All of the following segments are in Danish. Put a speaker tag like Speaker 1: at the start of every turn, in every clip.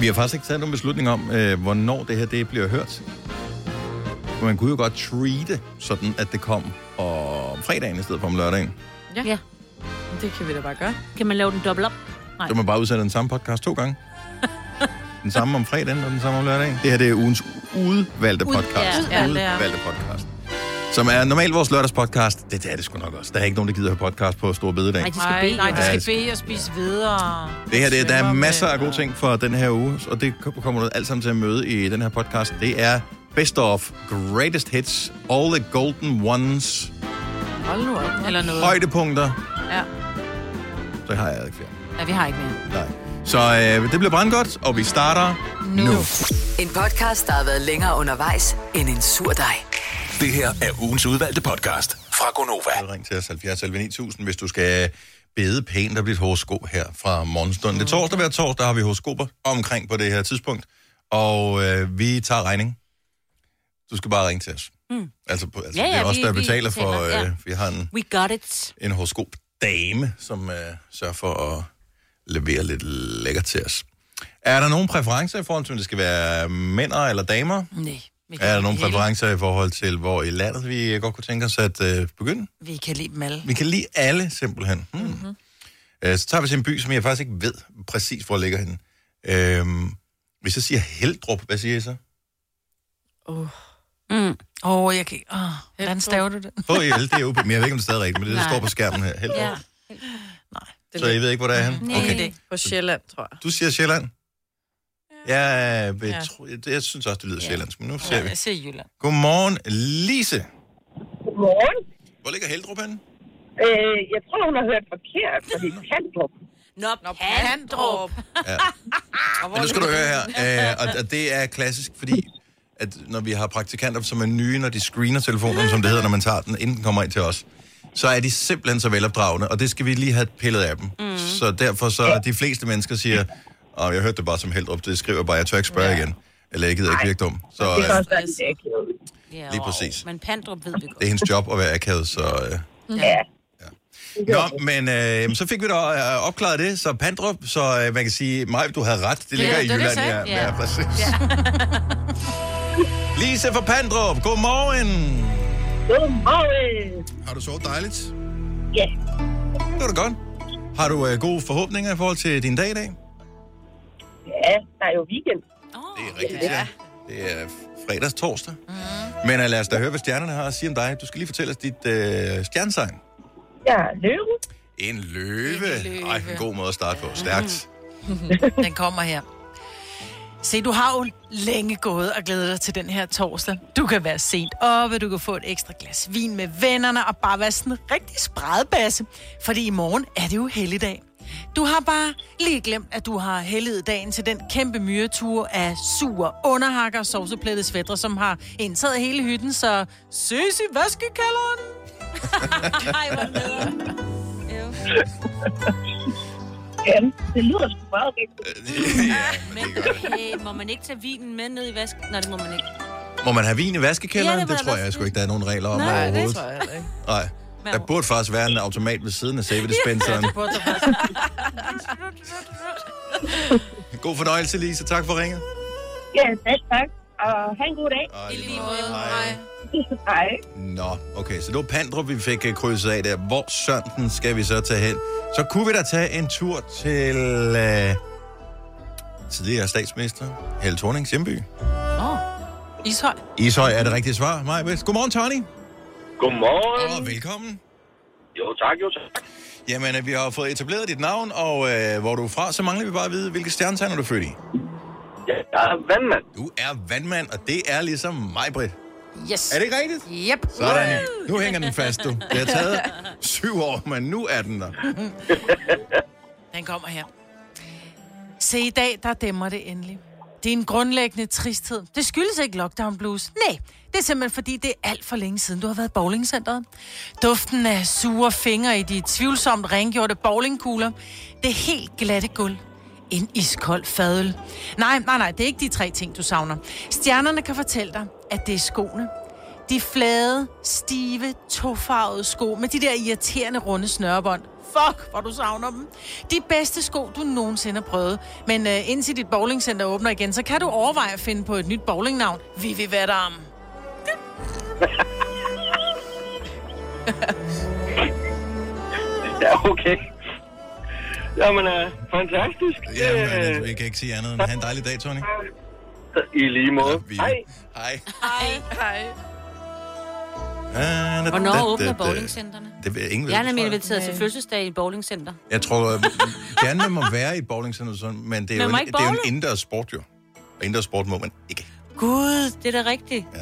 Speaker 1: vi har faktisk ikke taget nogen beslutning om, øh, hvornår det her det bliver hørt. Men man kunne jo godt treate sådan, at det kom om fredagen i stedet for om lørdagen.
Speaker 2: Ja. ja. Det kan vi da bare gøre.
Speaker 3: Kan man lave den dobbelt op? Nej.
Speaker 1: Så kan man bare udsætte den samme podcast to gange. Den samme om fredagen og den samme om lørdagen. Det her det er ugens udvalgte podcast.
Speaker 2: ja, ja, det er.
Speaker 1: udvalgte podcast. Som er normalt vores lørdagspodcast. Det, det er det sgu nok også. Der er ikke nogen, der gider høre podcast på Store Bededag.
Speaker 3: Nej, de skal
Speaker 2: Nej,
Speaker 3: bede.
Speaker 2: nej,
Speaker 3: Nej,
Speaker 2: de skal bede og spise videre.
Speaker 1: Det her, det, der er
Speaker 2: Svømmer
Speaker 1: masser
Speaker 2: med,
Speaker 1: af gode
Speaker 2: og-
Speaker 1: ting for den her uge, og det kommer du alt sammen til at møde i den her podcast. Det er Best of Greatest Hits, All the Golden Ones,
Speaker 2: Hold nu op. Eller noget.
Speaker 1: højdepunkter.
Speaker 2: Ja.
Speaker 1: Så har jeg ikke flere.
Speaker 2: ja, vi har ikke mere.
Speaker 1: Nej. Så øh, det bliver brandgodt, og vi starter nu. nu.
Speaker 4: En podcast, der har været længere undervejs end en sur dej.
Speaker 5: Det her er ugens udvalgte podcast fra Gonova.
Speaker 1: Ring til os 70 11 9000, hvis du skal bede pænt og blive et horoskop her fra morgenstunden. Det er torsdag hver torsdag har vi horoskoper omkring på det her tidspunkt, og øh, vi tager regning. Du skal bare ringe til os. Mm. Altså, på- altså
Speaker 3: Ja,
Speaker 1: ja,
Speaker 3: ja,
Speaker 1: ja, det er os,
Speaker 3: vi-
Speaker 1: der
Speaker 3: vi
Speaker 1: betaler for, øh,
Speaker 3: betaler, ja.
Speaker 1: vi har en,
Speaker 3: We got it.
Speaker 1: en horoskop-dame, som øh, sørger for at levere lidt lækkert til os. Er der nogen præferencer i forhold til, om det skal være mænd eller damer?
Speaker 6: Nej. Vi
Speaker 1: Er der nogen
Speaker 6: vi kan
Speaker 1: præferencer i forhold til, hvor i landet vi godt kunne tænke os at øh, begynde?
Speaker 6: lide- Vi kan lide dem alle.
Speaker 1: Vi kan lide alle, simpelthen. Hmm. Mm-hmm. Øh, så tager vi til en by, som jeg faktisk ikke ved præcis, hvor ligger henne. Øhm, hvis jeg siger Heldrup, hvad siger jeg så?
Speaker 3: Mm.
Speaker 6: Åh, oh, jeg kan... Oh, hvordan staver du det?
Speaker 1: HEL, det er ude på, men jeg ved ikke, om det stadig er rigtigt, men det, der
Speaker 3: Nej.
Speaker 1: står på skærmen her. Heldrup.
Speaker 3: Ja.
Speaker 1: Ja. Så jeg ved ikke, hvor det er henne?
Speaker 3: Nej.
Speaker 1: Okay.
Speaker 6: det.
Speaker 7: På Sjælland, tror jeg.
Speaker 1: Du siger Sjælland? Ja, jeg, tror, jeg, jeg synes også, det lyder sjællandsk, men nu ser vi.
Speaker 6: Jeg siger Jylland.
Speaker 1: Godmorgen, Lise.
Speaker 8: Godmorgen.
Speaker 1: Hvor ligger Heldrup henne?
Speaker 8: Øh, jeg tror, hun har hørt forkert, fordi Pandrup.
Speaker 3: Nå,
Speaker 2: Nå,
Speaker 3: Pandrup.
Speaker 2: Pandrup.
Speaker 1: Ja. Men nu skal du høre her, øh, og, og det er klassisk, fordi at når vi har praktikanter, som er nye, når de screener telefonen, som det hedder, når man tager den, inden den kommer ind til os, så er de simpelthen så velopdragende, og det skal vi lige have pillet af dem. Mm. Så derfor så er de fleste mennesker siger, oh, jeg hørte det bare som helt op, det skriver jeg bare, jeg tør ikke spørge ja. igen. Eller jeg gider ikke virke dum. Så øh,
Speaker 8: Det er
Speaker 1: det
Speaker 8: også altså ikke noget.
Speaker 3: Ja,
Speaker 1: Lige
Speaker 3: og-
Speaker 1: præcis.
Speaker 3: Men Pandrup ved vi godt.
Speaker 1: er hendes job at være akavet, så... Øh.
Speaker 8: Ja.
Speaker 1: Nå, men øh, så fik vi da øh, opklaret det, så Pandrup, så øh, man kan sige, Maj, du havde ret, det ligger
Speaker 6: det
Speaker 1: ja,
Speaker 6: er
Speaker 1: i
Speaker 6: det, jeg
Speaker 1: Jylland,
Speaker 6: sagde.
Speaker 1: ja, ja.
Speaker 3: Ja.
Speaker 1: ja, præcis. Ja. Lise fra Pandrup, godmorgen.
Speaker 8: Godmorgen.
Speaker 1: Har du sovet dejligt?
Speaker 8: Ja.
Speaker 1: Det var da godt. Har du øh, gode forhåbninger i forhold til din dag i dag?
Speaker 8: Ja, der er jo weekend.
Speaker 3: Oh,
Speaker 1: Det er rigtigt, ja. Det er fredags torsdag. Mm. Men øh, lad os da høre, hvad stjernerne har at sige om dig. Du skal lige fortælle os dit øh, stjernetegn.
Speaker 8: Jeg er løven.
Speaker 1: En løve.
Speaker 6: En løve.
Speaker 1: Ej, en god måde at starte på. Stærkt.
Speaker 6: Den kommer her. Se, du har jo længe gået og glædet dig til den her torsdag. Du kan være sent oppe, du kan få et ekstra glas vin med vennerne og bare være sådan en rigtig spredbasse. Fordi i morgen er det jo helligdag. Du har bare lige glemt, at du har helliget dagen til den kæmpe myretur af sure underhakker og sovseplættede svætter, som har indtaget hele hytten, så søs i vaskekælderen.
Speaker 3: Ej, hvor nederen. Jo.
Speaker 8: Ja, det lyder sgu meget rigtigt.
Speaker 1: Øh, ja, men
Speaker 3: Men
Speaker 1: det gør det.
Speaker 3: hey, må man ikke tage vinen med ned i vasken? Nej, det må man ikke.
Speaker 1: Må man have vin i vaskekælderen? Ja,
Speaker 3: Ja,
Speaker 1: det,
Speaker 3: det må
Speaker 1: det
Speaker 3: der
Speaker 1: tror
Speaker 3: være.
Speaker 1: jeg sgu ikke, der er nogen regler om
Speaker 3: Nej, det
Speaker 1: overhovedet.
Speaker 7: tror jeg heller ikke.
Speaker 1: Nej, der
Speaker 3: Man-
Speaker 1: burde faktisk være en automat ved siden af sæbedispenseren. God fornøjelse, Lise. Tak for ringet.
Speaker 8: Ja, tak, tak. Og have en god dag.
Speaker 1: Ej,
Speaker 3: I lige måde.
Speaker 1: Hej.
Speaker 8: Hej.
Speaker 1: Nå, okay, så det var Pandrup, vi fik øh, krydset af der. Hvor sønden skal vi så tage hen? Så kunne vi da tage en tur til øh, tidligere statsminister Helle Thornings hjemby.
Speaker 6: Ishøj.
Speaker 1: Ishøj er det rigtige svar. Maja Vest. Godmorgen, Tony.
Speaker 9: Godmorgen.
Speaker 1: Og velkommen.
Speaker 9: Jo tak, jo tak.
Speaker 1: Jamen, øh, vi har fået etableret dit navn, og øh, hvor du er fra, så mangler vi bare at vide, hvilke stjernetegn er du født i.
Speaker 9: Ja, jeg er vandmand.
Speaker 1: Du er vandmand, og det er ligesom mig, Britt.
Speaker 6: Yes.
Speaker 1: Er det ikke rigtigt?
Speaker 6: Yep.
Speaker 1: Sådan. Nu hænger den fast, du. Det har taget syv år, men nu er den der.
Speaker 6: Den kommer her. Se, i dag, der dæmmer det endelig. Det er en grundlæggende tristhed. Det skyldes ikke lockdown blues. Nej, det er simpelthen fordi, det er alt for længe siden, du har været i bowlingcenteret. Duften af sure fingre i de tvivlsomt rengjorte bowlingkugler. Det helt glatte gulv. En iskold fadøl. Nej, nej, nej, det er ikke de tre ting, du savner. Stjernerne kan fortælle dig, at det er skoene. De flade, stive, tofarvede sko med de der irriterende runde snørebånd. Fuck, hvor du savner dem. De bedste sko, du nogensinde har prøvet. Men øh, indtil dit bowlingcenter åbner igen, så kan du overveje at finde på et nyt bowlingnavn. Vi vil være der om.
Speaker 9: Ja, okay. Jamen, øh, fantastisk.
Speaker 1: Jamen,
Speaker 9: Øh,
Speaker 1: altså, vi kan ikke sige andet end have en dejlig dag, Tony.
Speaker 9: I lige måde.
Speaker 1: Vi-
Speaker 9: Hej.
Speaker 1: Hej.
Speaker 2: Hej.
Speaker 3: Hvornår åbner bowlingcenterne?
Speaker 1: Det ved ingen ved,
Speaker 3: Jeg er nemlig
Speaker 1: tror jeg.
Speaker 3: inviteret til fødselsdag i et bowlingcenter.
Speaker 1: Jeg tror, at gerne man må være i et bowlingcenter, sådan, men det er,
Speaker 3: Man
Speaker 1: jo
Speaker 3: må
Speaker 1: en,
Speaker 3: ikke
Speaker 1: det er jo en
Speaker 3: bowle.
Speaker 1: indendørs sport, jo. Og indendørs sport må man ikke.
Speaker 3: Gud, det er da rigtigt.
Speaker 1: Ja.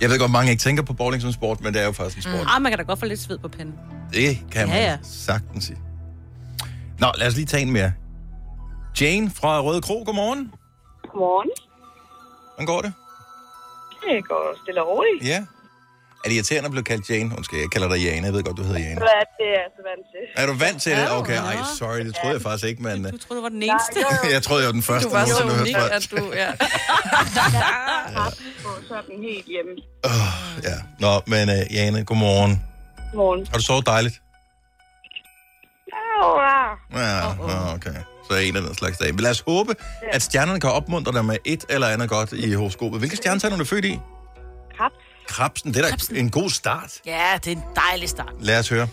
Speaker 1: Jeg ved godt, mange ikke tænker på bowling som sport, men det er jo faktisk en sport.
Speaker 3: Ah, man kan da godt få lidt sved på pinden.
Speaker 1: Det kan man
Speaker 3: Ja, ja.
Speaker 1: sagtens sige. Nå, lad os lige tage en mere. Jane fra Røde Kro, godmorgen.
Speaker 8: Godmorgen.
Speaker 1: Hvordan går det?
Speaker 8: Det går stille og roligt.
Speaker 1: Ja. Er det irriterende at blive kaldt Jane? Undskyld, jeg kalder dig Jane. Jeg ved godt, du hedder Jane.
Speaker 8: Hvad er det, jeg er så vant til?
Speaker 1: Er du vant til det? Okay, ej, sorry, det troede jeg faktisk ikke, men... øh,
Speaker 3: Du troede, du var den eneste.
Speaker 1: Jeg troede, jeg var den første.
Speaker 2: Du var så
Speaker 1: nogensinde, der hørte
Speaker 2: unik,
Speaker 1: fra-
Speaker 2: at du... Ja.
Speaker 8: Og sådan helt hjemme.
Speaker 1: Ja. Nå, men uh, Jane, godmorgen.
Speaker 8: Godmorgen.
Speaker 1: Har du sovet dejligt?
Speaker 8: Au, ah.
Speaker 1: Ja, oh, okay. Så er en af den slags dag. Men lad os håbe, at stjernerne kan opmuntre dig med et eller andet godt i horoskopet. Hvilke stjernetegn er du født i?
Speaker 8: Krebs.
Speaker 1: Krabsen, det er da en god start.
Speaker 6: Ja, det er en dejlig start.
Speaker 1: Lad os høre.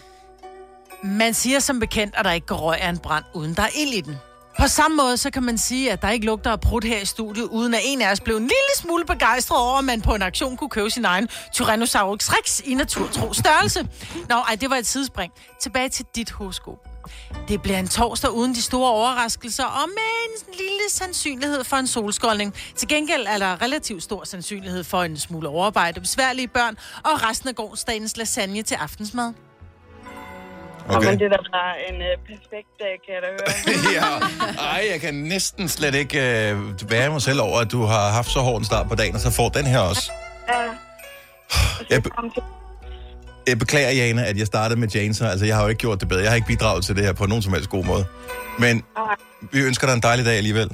Speaker 6: Man siger som bekendt, at der ikke går røg af en brand, uden der er ild i den. På samme måde, så kan man sige, at der ikke lugter af prut her i studiet, uden at en af os blev en lille smule begejstret over, at man på en aktion kunne købe sin egen Tyrannosaurus Rex i naturtro størrelse. Nå, ej, det var et sidespring. Tilbage til dit horoskop. Det bliver en torsdag uden de store overraskelser, og med en lille sandsynlighed for en solskoldning. Til gengæld er der relativt stor sandsynlighed for en smule overarbejde, besværlige børn og resten af gårdsdagens lasagne til aftensmad.
Speaker 8: Okay. Men
Speaker 1: Okay.
Speaker 8: det er da bare en øh, perfekt dag, kan jeg da høre.
Speaker 1: ja. Ej, jeg kan næsten slet ikke øh, være mig selv over, at du har haft så hård en start på dagen, og så får den her også.
Speaker 8: Ja.
Speaker 1: Jeg, be-
Speaker 8: Kom til.
Speaker 1: jeg beklager, Jane, at jeg startede med Jane, så altså, jeg har jo ikke gjort det bedre. Jeg har ikke bidraget til det her på nogen som helst god måde. Men
Speaker 8: Ej,
Speaker 1: vi ønsker dig en dejlig dag alligevel.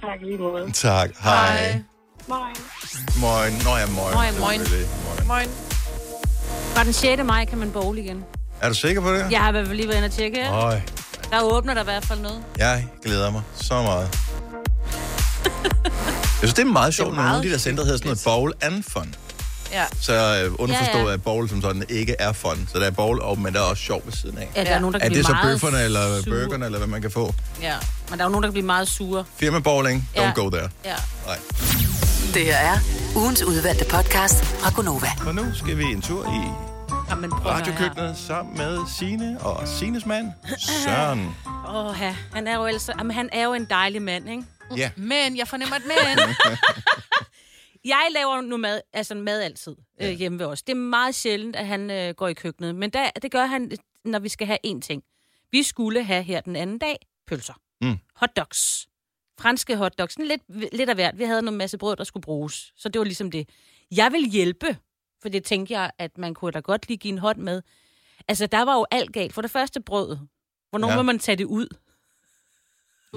Speaker 8: tak i lige måde.
Speaker 1: Tak. Hej.
Speaker 8: Morgen.
Speaker 1: Moin. Nå ja, moin.
Speaker 3: Moin, moin.
Speaker 1: Selvfølgelig. moin.
Speaker 3: Fra den 6. maj kan man bowle igen.
Speaker 1: Er du sikker på det?
Speaker 3: Jeg har i hvert fald lige været inde og tjekke.
Speaker 1: Øj,
Speaker 3: Der åbner der i hvert fald noget.
Speaker 1: jeg glæder mig så meget. Jeg synes, det er meget sjovt, når nogle af de der centre hedder sådan noget bowl and fun.
Speaker 2: Ja.
Speaker 1: Så øh, underforstået,
Speaker 3: Ja, ja.
Speaker 1: at bowl som sådan ikke er fun. Så der er bowl, og- men der er også sjov ved siden af.
Speaker 3: Ja, der er nogen, der
Speaker 1: Er
Speaker 3: kan
Speaker 1: det
Speaker 3: blive
Speaker 1: så
Speaker 3: meget
Speaker 1: bøfferne eller
Speaker 3: sure.
Speaker 1: burgerne, eller hvad man kan få?
Speaker 2: ja.
Speaker 3: Men der er jo nogen, der kan blive meget sure.
Speaker 1: Firma bowling, don't
Speaker 3: Ja.
Speaker 1: go there.
Speaker 3: Ja.
Speaker 1: Nej.
Speaker 4: Det her er ugens udvalgte podcast fra Gonova.
Speaker 1: Og nu skal vi en tur i
Speaker 3: Jamen, prøv at høre her.
Speaker 1: radiokøkkenet sammen med Sine og Sines mand, Søren.
Speaker 3: Åh, oh, ja. han, er jo altså, jamen, han er jo en dejlig mand, ikke?
Speaker 1: Ja.
Speaker 6: Men jeg fornemmer et men.
Speaker 3: Jeg laver nu mad, altså mad altid øh, hjemme ved os. Det er meget sjældent, at han øh, går i køkkenet. Men der, det gør han, øh, når vi skal have én ting. Vi skulle have her den anden dag pølser.
Speaker 1: Mm.
Speaker 3: Hotdogs. Franske hotdogs. Sådan Lidt, lidt af hvert. Vi havde en masse brød, der skulle bruges. Så det var ligesom det. Jeg vil hjælpe, for det tænkte jeg, at man kunne da godt lige give en hånd med. Altså, der var jo alt galt. For det første brød. Hvornår
Speaker 1: Ja.
Speaker 3: ja. må man tage det ud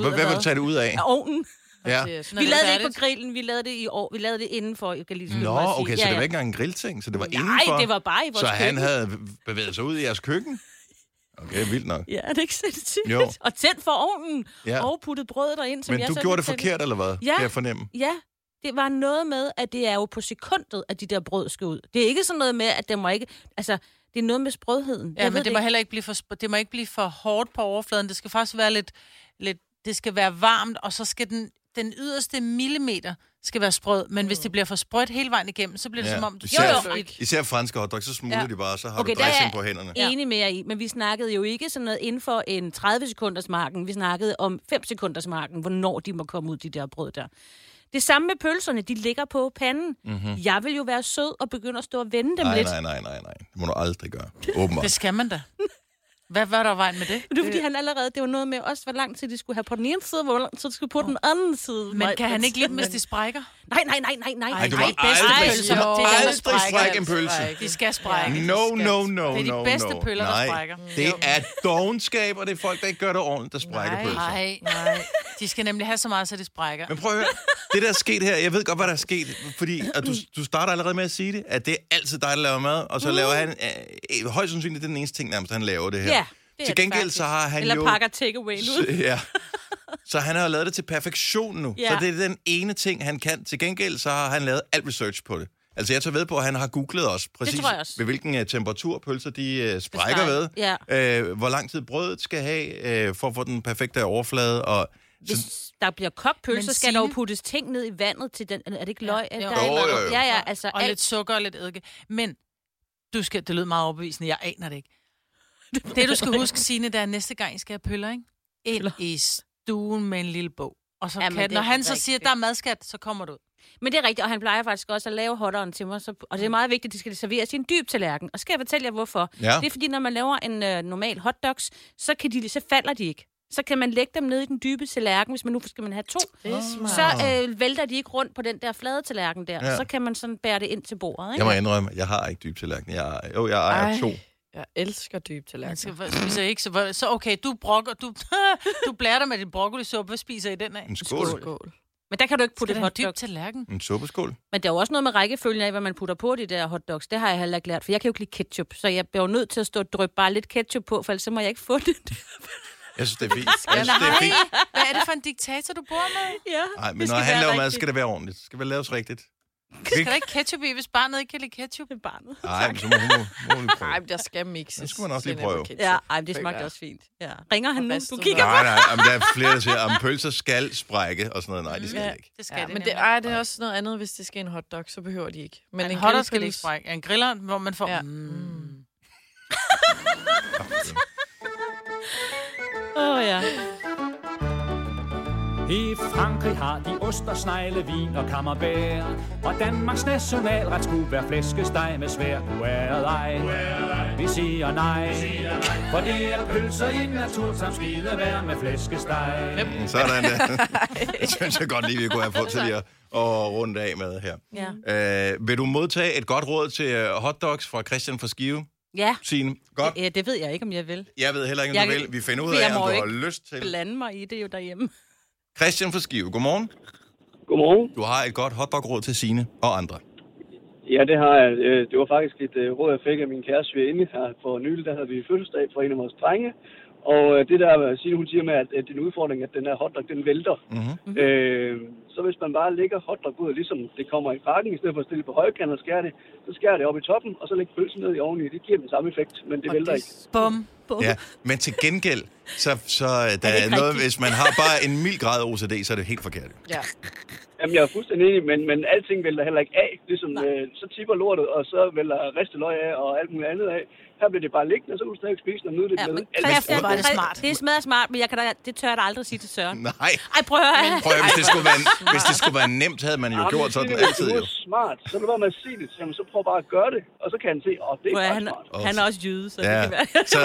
Speaker 1: Hvad, hvad vil du tage det ud af?
Speaker 3: af ovnen?
Speaker 1: Ja.
Speaker 2: Når
Speaker 3: Vi lavede det ikke
Speaker 2: færdigt.
Speaker 3: på grillen, vi lavede det i år. Vi lavede det indenfor, Mm. jeg kan lige skynde
Speaker 1: Nå,
Speaker 3: mig at sige.
Speaker 1: okay, så det var ikke engang en grillting, så det var indenfor.
Speaker 3: Nej, det var bare i vores
Speaker 1: Så han
Speaker 3: køkken.
Speaker 1: havde bevæget sig ud i jeres køkken? Okay, vildt nok.
Speaker 3: Ja, er det ikke sindssygt?
Speaker 1: Jo.
Speaker 3: Og tændt for ovnen,
Speaker 1: Ja.
Speaker 3: ja. og puttet brødet derind. Som
Speaker 1: Men
Speaker 3: jeg
Speaker 1: du
Speaker 3: så
Speaker 1: gjorde det
Speaker 3: ville sætte-
Speaker 1: forkert, eller hvad?
Speaker 3: Ja.
Speaker 1: Kan jeg fornemme?
Speaker 3: Ja, det var noget med, at det er jo på sekundet, at de der brød skal ud. Det er ikke sådan noget med, at det må ikke... Altså, det er noget med sprødheden.
Speaker 6: Ja,
Speaker 3: Jeg ved
Speaker 6: men det må
Speaker 3: ikke.
Speaker 6: heller ikke blive for, sp- det må ikke blive for hårdt på overfladen. Det skal faktisk være lidt, lidt det skal være varmt, og så skal den, den yderste millimeter skal være sprød. Men hvis det bliver for sprødt hele vejen igennem, så bliver det
Speaker 1: Ja,
Speaker 6: som om...
Speaker 1: du
Speaker 6: Det,
Speaker 1: ser-
Speaker 6: jo, jo, et-
Speaker 1: Især franske hotdogs, så smuler ja.
Speaker 6: Ja.
Speaker 1: de bare, så har
Speaker 3: Okay,
Speaker 1: du
Speaker 3: der er
Speaker 1: dressing
Speaker 3: jeg
Speaker 1: på hænderne.
Speaker 3: Ja. enig med jer i, men vi snakkede jo ikke sådan noget inden for en 30 sekunders marken. Vi snakkede om 5 sekunders marken, hvornår de må komme ud, de der brød der. Det samme med pølserne, de ligger på panden. Mm-hmm. Jeg vil jo være sød og begynde at stå og vende dem
Speaker 1: Mhm. Nej,
Speaker 3: lidt.
Speaker 1: nej, nej, nej, nej. Det må du aldrig gøre. Åbenbart.
Speaker 6: det skal man da. Hvad var der var vejen med det?
Speaker 3: Det er fordi, han allerede, det var noget med også, hvor lang tid de skulle have på den ene side, hvor lang tid de skulle på den anden side.
Speaker 6: Men kan han ikke lidt, hvis de sprækker?
Speaker 3: Nej, nej, nej, nej, nej.
Speaker 1: Ej, du må
Speaker 6: Ej, bedste
Speaker 1: aldrig,
Speaker 6: pølser.
Speaker 1: du må
Speaker 6: Jo,
Speaker 1: aldrig
Speaker 6: det sprækker
Speaker 1: strække en
Speaker 6: altså.
Speaker 1: pølse.
Speaker 6: De skal sprække.
Speaker 1: No,
Speaker 6: de skal.
Speaker 1: no, no, no,
Speaker 6: Det er de
Speaker 1: no.
Speaker 6: bedste pøller, der
Speaker 1: Nej.
Speaker 6: sprækker.
Speaker 1: Det er dogenskab, og det er folk, der ikke gør det ordentligt, der sprækker pølser.
Speaker 6: Nej, nej. De skal nemlig have så meget, så de sprækker.
Speaker 1: Men prøv at høre, det, der er sket her, jeg ved godt, hvad der er sket, fordi at du, du starter allerede med at sige det, at det er altid dig, der laver mad, og så laver han, øh, højst sandsynligt, det er den eneste ting nærmest, han laver det her.
Speaker 3: Mm. Ja, det er
Speaker 1: Til
Speaker 3: det
Speaker 1: gengæld
Speaker 3: faktisk.
Speaker 1: så har han
Speaker 3: Eller
Speaker 1: jo...
Speaker 3: pakker takeaway ud.
Speaker 1: Så- Ja. Så han har jo lavet det til perfektion nu. Ja.
Speaker 3: Ja.
Speaker 1: Så det er den ene ting, han kan. Til gengæld så har han lavet alt research på det. Altså jeg tager ved på, at han har googlet også præcis,
Speaker 3: tror jeg også.
Speaker 1: ved hvilken uh, temperatur pølser de uh, sprækker ved.
Speaker 3: sprege,
Speaker 1: Uh, hvor lang tid brødet skal have uh, for at få den perfekte overflade. Og, så,
Speaker 3: Hvis der bliver kogt pølse,
Speaker 6: Men
Speaker 3: så skal der jo
Speaker 6: Signe-
Speaker 3: puttes ting ned i vandet til den. Er det ikke løg?
Speaker 6: Ja,
Speaker 3: Ja,
Speaker 6: jo.
Speaker 3: der er et eller
Speaker 1: Jo,
Speaker 3: andet.
Speaker 1: jo, jo.
Speaker 3: ja, ja, altså
Speaker 6: og
Speaker 3: alt.
Speaker 6: lidt sukker og lidt eddike. Men du skal, det lød meget overbevisende, jeg aner det ikke. Det, du skal huske, Signe, det er at næste gang, I skal have pøller, ikke? Ind i stuen med en lille bog. Og så
Speaker 3: Ja,
Speaker 6: ja,
Speaker 3: men
Speaker 6: kan,
Speaker 3: det
Speaker 6: når
Speaker 3: er
Speaker 6: han så
Speaker 3: rigtigt.
Speaker 6: siger, at der er madskat, så kommer du ud.
Speaker 3: Men det er rigtigt, og han plejer faktisk også at lave hotteren til mig. Så, og det er meget vigtigt, at de skal serveres i en dyb tallerken. Og så skal jeg fortælle jer, hvorfor.
Speaker 1: Ja.
Speaker 3: Det er fordi, når man laver en øh, normal hotdogs, så, kan de, så falder de ikke. Så kan man lægge dem ned i den dybe tallerken, hvis man nu skal man have to. Så øh, vælter de ikke rundt på den der flade tallerken der.
Speaker 1: Ja.
Speaker 3: Ja. Så kan man sådan bære det ind til bordet.
Speaker 1: jeg
Speaker 3: Ikke?
Speaker 1: må indrømme, jeg har ikke dyb tallerken. Jeg, jo, jeg ejer
Speaker 2: Ej.
Speaker 1: to.
Speaker 2: Jeg elsker dyb
Speaker 6: Man
Speaker 2: tallerken.
Speaker 6: skal for- spiser ikke, så, hvor- så okay, du brokker, du, du blærer dig med din broccolisuppe. Hvad spiser I den af?
Speaker 1: En skål. skål.
Speaker 2: Skål.
Speaker 3: Men der kan du ikke
Speaker 6: Skal
Speaker 3: putte
Speaker 6: der
Speaker 3: et
Speaker 6: en dyb
Speaker 3: hotdog.
Speaker 6: tallerken?
Speaker 1: En suppeskål.
Speaker 3: Men der er jo også noget med rækkefølgen af, hvad man putter på de der hotdogs. Det har jeg heller ikke lært, for jeg kan jo ikke lide ketchup. Så jeg bliver jo nødt til at stå og dryppe bare lidt ketchup på, for ellers så må jeg ikke få det.
Speaker 1: Jeg synes, det er fint. Jeg synes, det er
Speaker 6: Nej.
Speaker 1: fint.
Speaker 6: Hvad er det for en diktator, du bor med?
Speaker 3: ja,
Speaker 1: Nej, men når han laver mad, så skal det være ordentligt. Det skal det laves rigtigt.
Speaker 6: Skal der ikke ketchup i, hvis barnet ikke kan lide ketchup?
Speaker 3: være barnet.
Speaker 1: Nej, men så må hun, må, må hun lige prøve.
Speaker 2: Ej, men der skal mixes.
Speaker 1: Det skulle man også lige
Speaker 2: sennep og
Speaker 1: prøve.
Speaker 2: ketchup.
Speaker 3: Ja, ej, men det
Speaker 2: Føler
Speaker 3: smagte
Speaker 2: jeg.
Speaker 3: også fint. Ja. Ringer han
Speaker 2: Og
Speaker 3: nu? Du
Speaker 2: ristet
Speaker 3: kigger
Speaker 1: Nej, nej, jamen, der er flere, der siger, at pølser skal sprække og sådan noget. Nej, det skal de ikke.
Speaker 6: Det skal
Speaker 2: Ja,
Speaker 6: det
Speaker 2: men det,
Speaker 6: nemlig.
Speaker 2: ej, det er også noget andet, hvis det skal en hotdog, så behøver de ikke. Men
Speaker 6: Men
Speaker 2: en
Speaker 6: en hotter skal det
Speaker 2: grillpølse-
Speaker 6: ikke sprække. En griller, hvor man får...
Speaker 2: Ja.
Speaker 6: Ja. Mm.
Speaker 3: Åh, ja.
Speaker 7: I Frankrig har de ost og snegle, vin og kammerbær. Og Danmarks nationalret skulle være flæskesteg med svær. Du er ej, vi siger nej. For det er pølser i naturtams skide vær med flæskesteg.
Speaker 1: Sådan der. Det synes jeg godt lige, vi kunne have fået til lige at, at runde af med her.
Speaker 3: Ja.
Speaker 1: Øh, vil du modtage et godt råd til øh, hotdogs fra Christian fra Skive?
Speaker 3: Ja.
Speaker 1: Signe, godt.
Speaker 3: ja, det ved jeg ikke, om jeg vil.
Speaker 1: Jeg ved heller ikke, om du
Speaker 3: Jeg-
Speaker 1: vil. Vi finder ud
Speaker 3: Jeg
Speaker 1: af,
Speaker 3: må
Speaker 1: om du
Speaker 3: ikke
Speaker 1: har lyst til.
Speaker 3: Blande mig i det jo derhjemme.
Speaker 1: Christian fra Skive, godmorgen.
Speaker 9: Godmorgen.
Speaker 1: Du har et godt hotdog-råd til Signe og andre.
Speaker 9: Ja, det har jeg. Øh, Det var faktisk et øh, råd, jeg fik af min kæreste inde her for nylig. Der havde vi fødselsdag for en af vores drenge. Og øh, det der, Signe, hun siger med, at, at det er en udfordring, at den her hotdog, den vælter.
Speaker 1: Mhm.
Speaker 9: Mm-hmm. Øh, så hvis man bare lægger hotdog ud, ligesom det kommer i pakken, i stedet for at stille på højkant og skære det, så skærer det op i toppen, og så lægger pølsen ned i oveni. Det giver den samme effekt, men det
Speaker 2: Og
Speaker 9: vælter
Speaker 2: det-
Speaker 9: ikke.
Speaker 6: Bum.
Speaker 1: Ja, men til gengæld, så, så øh, der er
Speaker 3: ikke
Speaker 1: noget,
Speaker 3: rigtigt?
Speaker 1: hvis man har bare en mild grad af OCD, så er det helt forkert.
Speaker 2: Ja.
Speaker 9: Jamen, jeg er fuldstændig enig, men, men alting vælter heller ikke af. Ligesom, øh, så tipper lortet, og så vælter risteløg af og alt muligt andet af. Her bliver det bare liggende, og så kan du stadig spise den og nyde det
Speaker 3: Ja,
Speaker 9: med
Speaker 3: men
Speaker 9: alt.
Speaker 3: Christian,
Speaker 6: Hvor er det smart.
Speaker 3: Det er smadret smart, men jeg kan da, det tør jeg da aldrig sige til Søren.
Speaker 1: Nej.
Speaker 3: Ej, prøv at høre.
Speaker 1: Prøv at, høre, hvis det skulle være, hvis det skulle være nemt, havde man jo
Speaker 9: Jamen,
Speaker 1: gjort
Speaker 9: Signe,
Speaker 1: sådan
Speaker 9: hvis
Speaker 1: altid.
Speaker 9: Du
Speaker 1: Jo.
Speaker 9: er smart, så er det bare med at sige det til ham, så prøv bare at gøre det, og så kan han se, åh, oh, det er
Speaker 3: Prøv at,
Speaker 9: bare
Speaker 3: han,
Speaker 9: smart.
Speaker 3: han er også jyde, så det
Speaker 1: Ja,
Speaker 3: kan være.
Speaker 1: så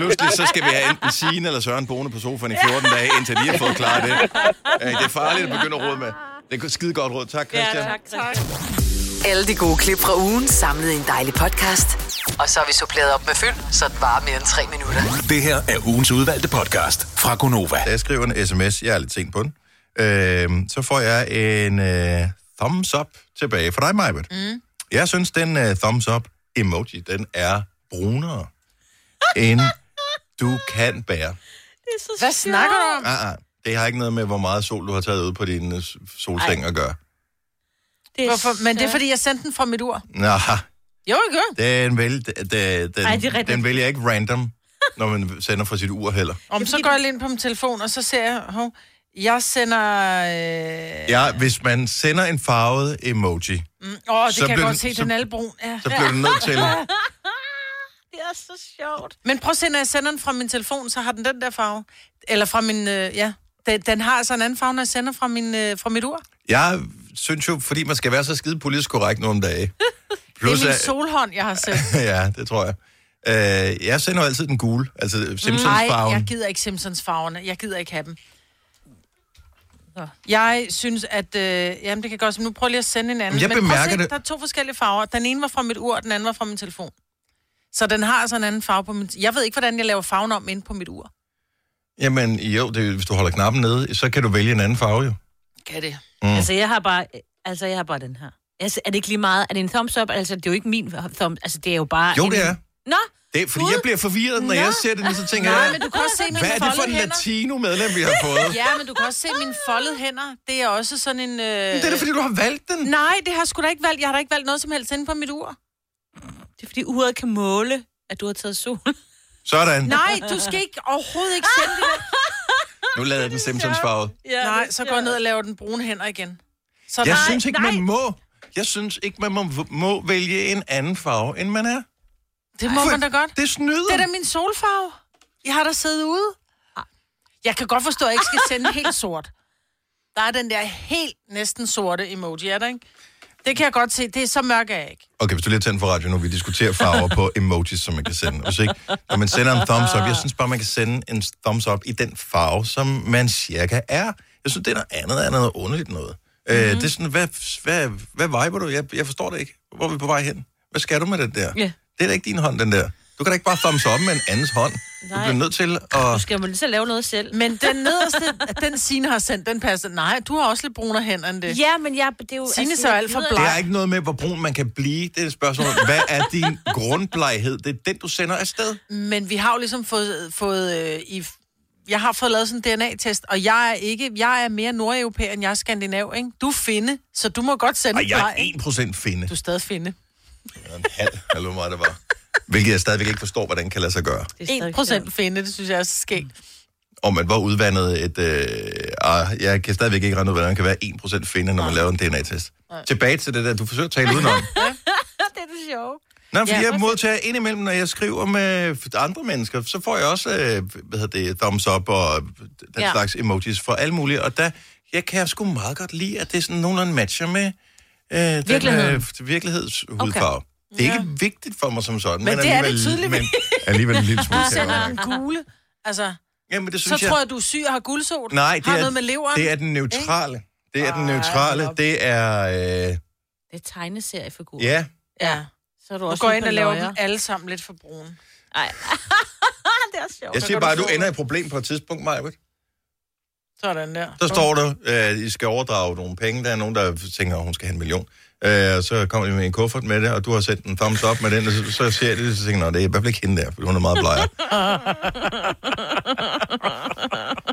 Speaker 1: pludselig så skal vi have enten Signe eller Søren boende på sofaen i 14 dage, indtil de har fået klaret det. Øh, Det er farligt at begynde at råde med. Det er et skide godt råd. Tak, Christian.
Speaker 3: Ja, tak, tak.
Speaker 4: Alle de gode klip fra ugen samlet i en dejlig podcast. Og så har vi suppleret op med fyld, så det varer mere end tre minutter.
Speaker 5: Det her er ugens udvalgte podcast fra Gonova.
Speaker 1: Da jeg skriver en sms, jeg er lidt sent på den, øh, så får jeg en øh, thumbs up tilbage fra dig, Majbert. Mm. Jeg synes, den øh, thumbs up emoji, den er brunere, end du kan bære.
Speaker 6: Hvad snakker du om?
Speaker 1: Ah, ah. Det har ikke noget med, hvor meget sol du har taget ud på din øh, solseng at gøre.
Speaker 3: Det er
Speaker 6: Hvorfor? Men det er, fordi jeg sendte den fra mit ur.
Speaker 1: Nej,
Speaker 6: Jo, jeg gør.
Speaker 1: Den, vælger, den, den,
Speaker 3: Ej, det er rigtigt.
Speaker 1: den vælger ikke random, når man sender fra sit ur heller.
Speaker 6: Om så går jeg lige ind på min telefon, og så ser jeg, hov, jeg sender... Øh,
Speaker 1: Ja, hvis man sender en farvet emoji,
Speaker 6: åh, det
Speaker 1: så
Speaker 6: så kan
Speaker 1: bliver
Speaker 6: jeg godt
Speaker 1: den-
Speaker 6: se,
Speaker 1: så-
Speaker 6: den er albrun. Ja.
Speaker 1: så bliver du nødt til...
Speaker 3: det er så sjovt.
Speaker 6: Men prøv at se, når jeg sender den fra min telefon, så har den den der farve. Eller fra min, øh, ja. Den, den har altså en anden farve, når jeg sender fra, min, øh, fra mit ur.
Speaker 1: Jeg synes jo, fordi man skal være så skide politisk korrekt nogle dage.
Speaker 6: Det
Speaker 1: Plus,
Speaker 6: er min
Speaker 1: at-
Speaker 6: solhånd, jeg har sendt.
Speaker 1: ja, det tror jeg. Øh, jeg sender jo altid den gule, altså
Speaker 6: Nej,
Speaker 1: Simpsons-farven.
Speaker 6: jeg gider ikke Simpsons-farverne. Jeg gider ikke have dem. Jeg synes, at... Øh, jamen, det kan godt... Nu prøv lige at sende en anden.
Speaker 1: Men jeg
Speaker 6: prøv at
Speaker 1: bemærker det.
Speaker 6: Der er to forskellige farver. Den ene var fra mit ur, den anden var fra min telefon. Så den har altså en anden farve på min... Jeg ved ikke, hvordan jeg laver farven om inde på mit ur.
Speaker 1: Jamen jo, det, er jo- hvis du holder knappen nede, så kan du vælge en anden farve jo.
Speaker 6: Kan det.
Speaker 1: Mm.
Speaker 3: Altså, jeg har bare, altså, jeg har bare den her. Altså, er det ikke lige meget? Er det en thumbs up? Altså, det er jo ikke min thumbs. Altså, det er jo bare...
Speaker 1: Jo,
Speaker 3: en...
Speaker 1: det er.
Speaker 3: Nå,
Speaker 1: Det er, fordi jeg bliver forvirret, når
Speaker 6: Nå.
Speaker 1: jeg ser det, så tænker
Speaker 6: Nej,
Speaker 1: jeg,
Speaker 6: men du kan også se mine
Speaker 1: hvad er det for en
Speaker 6: foldede hænder.
Speaker 1: latino-medlem, vi har fået?
Speaker 6: Ja, men du kan også se mine foldede hænder. Det er også sådan en... Øh...
Speaker 1: Det er da, fordi du har valgt den.
Speaker 6: Nej, det har jeg sgu da ikke valgt. Jeg har da ikke valgt noget som helst inde på mit ur.
Speaker 3: det er fordi uret kan måle, at du har taget sol.
Speaker 1: Sådan.
Speaker 6: Nej, du skal ikke overhovedet ikke sende det. der.
Speaker 1: Nu lader jeg den Simpsons farvet.
Speaker 2: Ja,
Speaker 6: Nej,
Speaker 2: det-
Speaker 6: så går jeg ned og laver den brune hænder igen. Så
Speaker 1: Jeg
Speaker 6: nej,
Speaker 1: synes ikke,
Speaker 6: nej,
Speaker 1: man må. Jeg synes ikke, man må, må vælge en anden farve, end man er.
Speaker 6: det må man da godt.
Speaker 1: Det snyder.
Speaker 6: Det er da min solfarve. Jeg har da siddet ude. Ah. Jeg kan godt forstå, at jeg ikke skal sende helt sort. Der er den der helt næsten sorte emoji, er der ikke? Det kan jeg godt se. Det er så mørk er jeg ikke.
Speaker 1: Okay, hvis du lige tænder for radio nu, vi diskuterer farver på emojis, som man kan sende. Hvis ikke, når man sender en thumbs up, jeg synes bare, man kan sende en thumbs up i den farve, som man cirka er. Jeg synes, det er noget andet, er noget underligt noget. Mm-hmm. Øh, det er sådan, hvad, hvad, hvad viber du? Jeg, jeg forstår det ikke. Hvor er vi på vej hen? Hvad skal du med den der?
Speaker 3: Ja.
Speaker 1: Det er da ikke din hånd, den der. Du kan da ikke bare thumbs up med en andens hånd. Nej. Du
Speaker 3: Nej.
Speaker 1: bliver nødt til
Speaker 3: Du
Speaker 1: at...
Speaker 3: skal jo lige så lave noget selv.
Speaker 6: Men den nederste, den Signe har sendt, den passer. Nej, du har også lidt brunere hænder end det.
Speaker 3: Ja, men jeg, det er jo... altså,
Speaker 6: Signe Mm. så
Speaker 3: jeg
Speaker 6: alt for
Speaker 3: gider-
Speaker 6: bleg.
Speaker 1: Det er ikke noget med, hvor brun man kan blive. Det er et spørgsmål. Hvad er din grundbleghed? Det er den, du sender afsted.
Speaker 6: Men vi har jo ligesom fået, fået øh, i, jeg har fået lavet sådan en DNA-test, og jeg er ikke, jeg er mere nordeuropæer, end jeg er skandinav, ikke? Du er finde, så du må godt sende
Speaker 1: Og jeg
Speaker 6: mig, ikke?
Speaker 1: er 1% finde.
Speaker 6: Du er stadig finde.
Speaker 1: Eller en halv, eller hvor meget det var. Hvilket jeg stadigvæk ikke forstår, hvordan kan lade sig gøre.
Speaker 3: Det er stadig-
Speaker 6: 1% finde, det synes jeg er så skægt.
Speaker 1: Og man var udvandet et... Øh, ah, jeg kan stadigvæk ikke regne ud, hvordan man kan være 1% finde, når man laver en DNA-test. Tilbage til det der, du forsøger at tale udenom.
Speaker 3: Det er det sjove.
Speaker 1: Nå, for
Speaker 3: Ja,
Speaker 1: jeg
Speaker 3: præcis.
Speaker 1: modtager indimellem, når jeg skriver med andre mennesker, så får jeg også, øh, hvad hedder det, thumbs up og den ja.
Speaker 3: Ja.
Speaker 1: slags emojis for alle mulige. Og der, jeg kan jeg sgu meget godt lide, at det er sådan nogenlunde matcher med øh, den
Speaker 3: Virkeligheden.
Speaker 1: øh, virkelighedshudfarve. Okay. Det er ikke vigtigt for mig som sådan, men,
Speaker 6: det er det
Speaker 1: alligevel,
Speaker 6: tydeligvis.
Speaker 1: men alligevel en lille smule.
Speaker 6: Du
Speaker 1: kan jeg
Speaker 6: sender
Speaker 1: godt
Speaker 6: en
Speaker 1: mærke.
Speaker 6: gule, altså,
Speaker 1: Jamen, det
Speaker 6: så
Speaker 1: synes jeg...
Speaker 6: tror jeg, du er syg og har guldsol.
Speaker 1: Nej, det
Speaker 6: har
Speaker 1: er,
Speaker 6: noget med leveren.
Speaker 1: det er den neutrale. Det er den neutrale. Det er... Øh,
Speaker 3: Det er tegneseriefigur.
Speaker 1: ja,
Speaker 6: Ja.
Speaker 3: Så er du
Speaker 6: Du
Speaker 3: også
Speaker 6: går
Speaker 3: lidt
Speaker 6: ind
Speaker 3: på
Speaker 6: og laver
Speaker 3: løjer.
Speaker 6: dem alle sammen lidt for brune.
Speaker 3: Ej. det er sjovt.
Speaker 1: jeg siger bare, at du ender i et problem på et tidspunkt, Maja.
Speaker 6: Sådan der.
Speaker 1: Så står
Speaker 6: Mm.
Speaker 1: der, at I skal overdrage nogle penge. Der er nogen, der tænker, at hun skal have en million. Øh, og så kommer de med en kuffert med det, og du har sendt en thumbs up med den, og så, så ser jeg det, og så tænker jeg, "Nå, det er i hvert fald ikke hende der, for hun er meget blegere.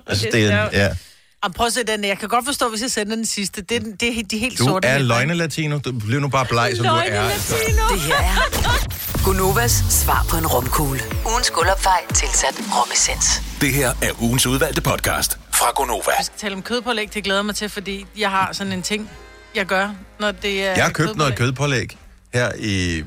Speaker 1: altså, det er, ja.
Speaker 6: Jamen, prøv at se den. Jeg kan godt forstå, hvis jeg sender den sidste. Det er, den- det er de helt
Speaker 1: Du
Speaker 6: sorte.
Speaker 1: er
Speaker 6: hænder.
Speaker 1: løgne-latino. Du bliver nu bare bleg, som du er. Altså.
Speaker 4: Det her er Gunovas svar på en romkugle. Ugens guldopfej tilsat romessens.
Speaker 5: Det her er ugens udvalgte podcast fra Gonova.
Speaker 6: Jeg skal tale om kødpålæg, det glæder jeg mig til, fordi jeg har sådan en ting, jeg gør, når det er
Speaker 1: Jeg har købt noget
Speaker 6: kødpålæg.
Speaker 1: kødpålæg her i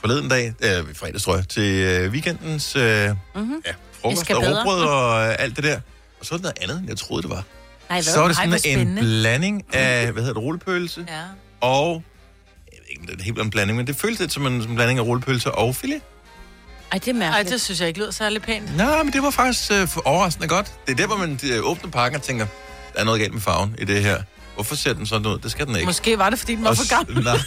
Speaker 1: forleden dag, øh, i fredags tror jeg, til øh, weekendens
Speaker 6: Mhm.
Speaker 1: øh, mm-hmm. ja, frokost og
Speaker 3: Eskapader.
Speaker 1: råbrød og øh, alt det der. Og så er det noget andet, end jeg troede, det var.
Speaker 3: Ej, hvad?
Speaker 1: Så er det
Speaker 6: Ej,
Speaker 1: sådan
Speaker 6: hvor
Speaker 1: en
Speaker 6: spændende. Mhm.
Speaker 1: blanding af, hvad hedder det, rullepølse
Speaker 6: Ja.
Speaker 1: og... Jeg ved ikke, om det er helt en blanding, men det føles lidt som en, som en blanding af rullepølse og filet.
Speaker 3: Ej, det er
Speaker 6: Ej,
Speaker 3: mærkeligt.
Speaker 6: det synes jeg ikke lyder særlig pænt.
Speaker 1: Nej, men det var faktisk øh, for- overraskende godt. Det er der, hvor man øh, åbner pakken og tænker, der er noget galt med farven i det her. Hvorfor ser den sådan ud? Det skal den ikke.
Speaker 6: Måske var det, fordi den var
Speaker 1: Og
Speaker 6: for
Speaker 1: s-
Speaker 6: gammel.
Speaker 1: Nej.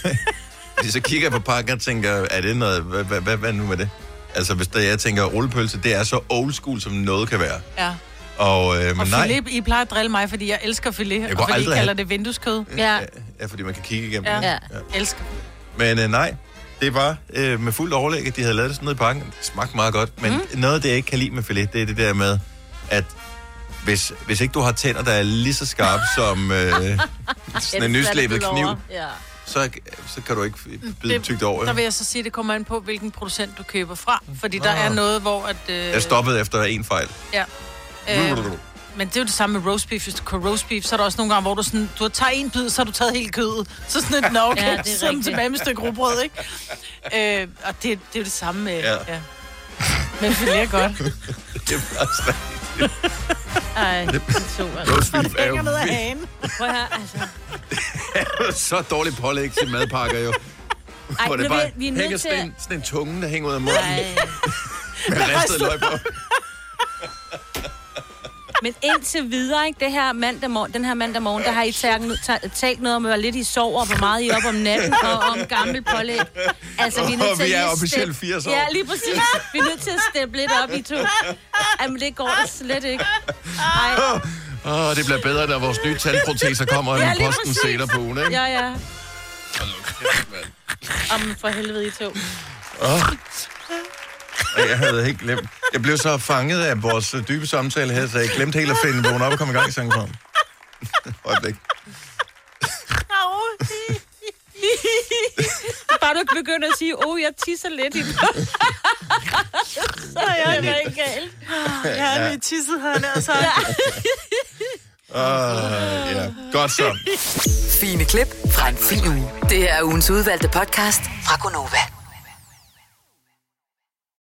Speaker 1: Fordi så kigger jeg på pakken og tænker, er det noget, hvad, hvad, hvad, hvad nu med det? Altså, hvis der, jeg tænker, rullepølse, det er så old school, som noget kan være.
Speaker 6: Ja.
Speaker 1: Og, øh, men
Speaker 6: Og
Speaker 1: nej,
Speaker 6: Philip, I plejer at drille mig, fordi jeg elsker filet,
Speaker 1: Jeg
Speaker 6: jeg
Speaker 1: går
Speaker 6: og fordi I
Speaker 1: aldrig
Speaker 6: kalder
Speaker 1: have-
Speaker 6: det vindueskød.
Speaker 3: Ja.
Speaker 1: ja, fordi man kan kigge igennem.
Speaker 6: Ja.
Speaker 1: den.
Speaker 3: Ja.
Speaker 6: Elsker.
Speaker 1: Men øh, nej, det var øh, med fuldt overlæg, at de havde lavet det sådan noget i pakken. Det smagte meget godt, men mm. noget, det jeg ikke kan lide med filet, det er det der med, at hvis, hvis ikke du har tænder, der er lige så skarpe som øh, sådan en nyslæbet kniv,
Speaker 3: Ja.
Speaker 1: så, så kan du ikke bide tygt over.
Speaker 6: Mm. der vil jeg så sige, at det kommer an på, hvilken producent du køber fra. Fordi der
Speaker 1: Nå.
Speaker 6: er noget, hvor at... Øh,
Speaker 1: Ah. Jeg stoppede efter en fejl.
Speaker 6: Ja. Øh, men det er jo det samme med roast beef. Hvis du køber roast beef, så er der også nogle gange, hvor du, sådan, du tager en bid, så har du taget hele kødet. Så sådan et, nå okay,
Speaker 3: Ja, det
Speaker 6: ja,
Speaker 3: er
Speaker 6: det er
Speaker 3: rigtigt.
Speaker 6: tilbage med et stykke rugbrød, ikke? øh, og det, det er jo det samme med...
Speaker 1: Ja.
Speaker 6: Ja. ja. Men filet er godt.
Speaker 1: Det var altså- også
Speaker 3: Ej, det tog altså.
Speaker 1: Roast beef er jo
Speaker 6: Hænger ned af hagen.
Speaker 3: Prøv at høre, altså.
Speaker 1: så dårligt pålæg til madpakker, jo.
Speaker 3: Ej,
Speaker 1: Hvor det
Speaker 3: men
Speaker 1: bare
Speaker 3: vi- vi er nødt
Speaker 1: hænger
Speaker 3: til
Speaker 1: sådan, en,
Speaker 3: at-
Speaker 1: sådan en tunge, der hænger ud af munden
Speaker 3: Ej.
Speaker 1: med ristet løg på.
Speaker 3: Men indtil videre, ikke, det her mandag morgen, den her mandag morgen, der har I talt, ta- talt noget om, at være lidt i sov, og hvor meget I er op om natten, og om gammel pålæg. Altså, vi er nødt
Speaker 1: Og
Speaker 3: til
Speaker 1: vi
Speaker 3: lige
Speaker 1: er
Speaker 3: at
Speaker 1: officielt
Speaker 3: steppe-
Speaker 1: 80 år.
Speaker 3: Ja, lige præcis. Vi er nødt til at steppe lidt op i to. Jamen, det går da slet ikke. Ej,
Speaker 1: Åh, det bliver bedre, da vores nye tandproteser kommer, og
Speaker 3: Ja,
Speaker 1: ja,
Speaker 3: lige
Speaker 1: posten
Speaker 3: præcis.
Speaker 1: sætter på ugen, ikke?
Speaker 3: Ja, ja.
Speaker 1: Hold nu kæft, mand.
Speaker 3: Om for helvede i to.
Speaker 1: Og Jeg havde helt glemt. Jeg blev så fanget af vores øh, dybe samtale her, så jeg glemte helt at finde vågen op og komme i gang i sangen for ham. Øjeblik.
Speaker 3: Bare du ikke begynder at sige, åh, oh, jeg tisser lidt i Så er det ikke galt.
Speaker 6: Jeg har lige tisset her, altså.
Speaker 1: Uh, ja. Godt så.
Speaker 4: Fine klip fra en fin uge. Det her er ugens udvalgte podcast fra Gonova.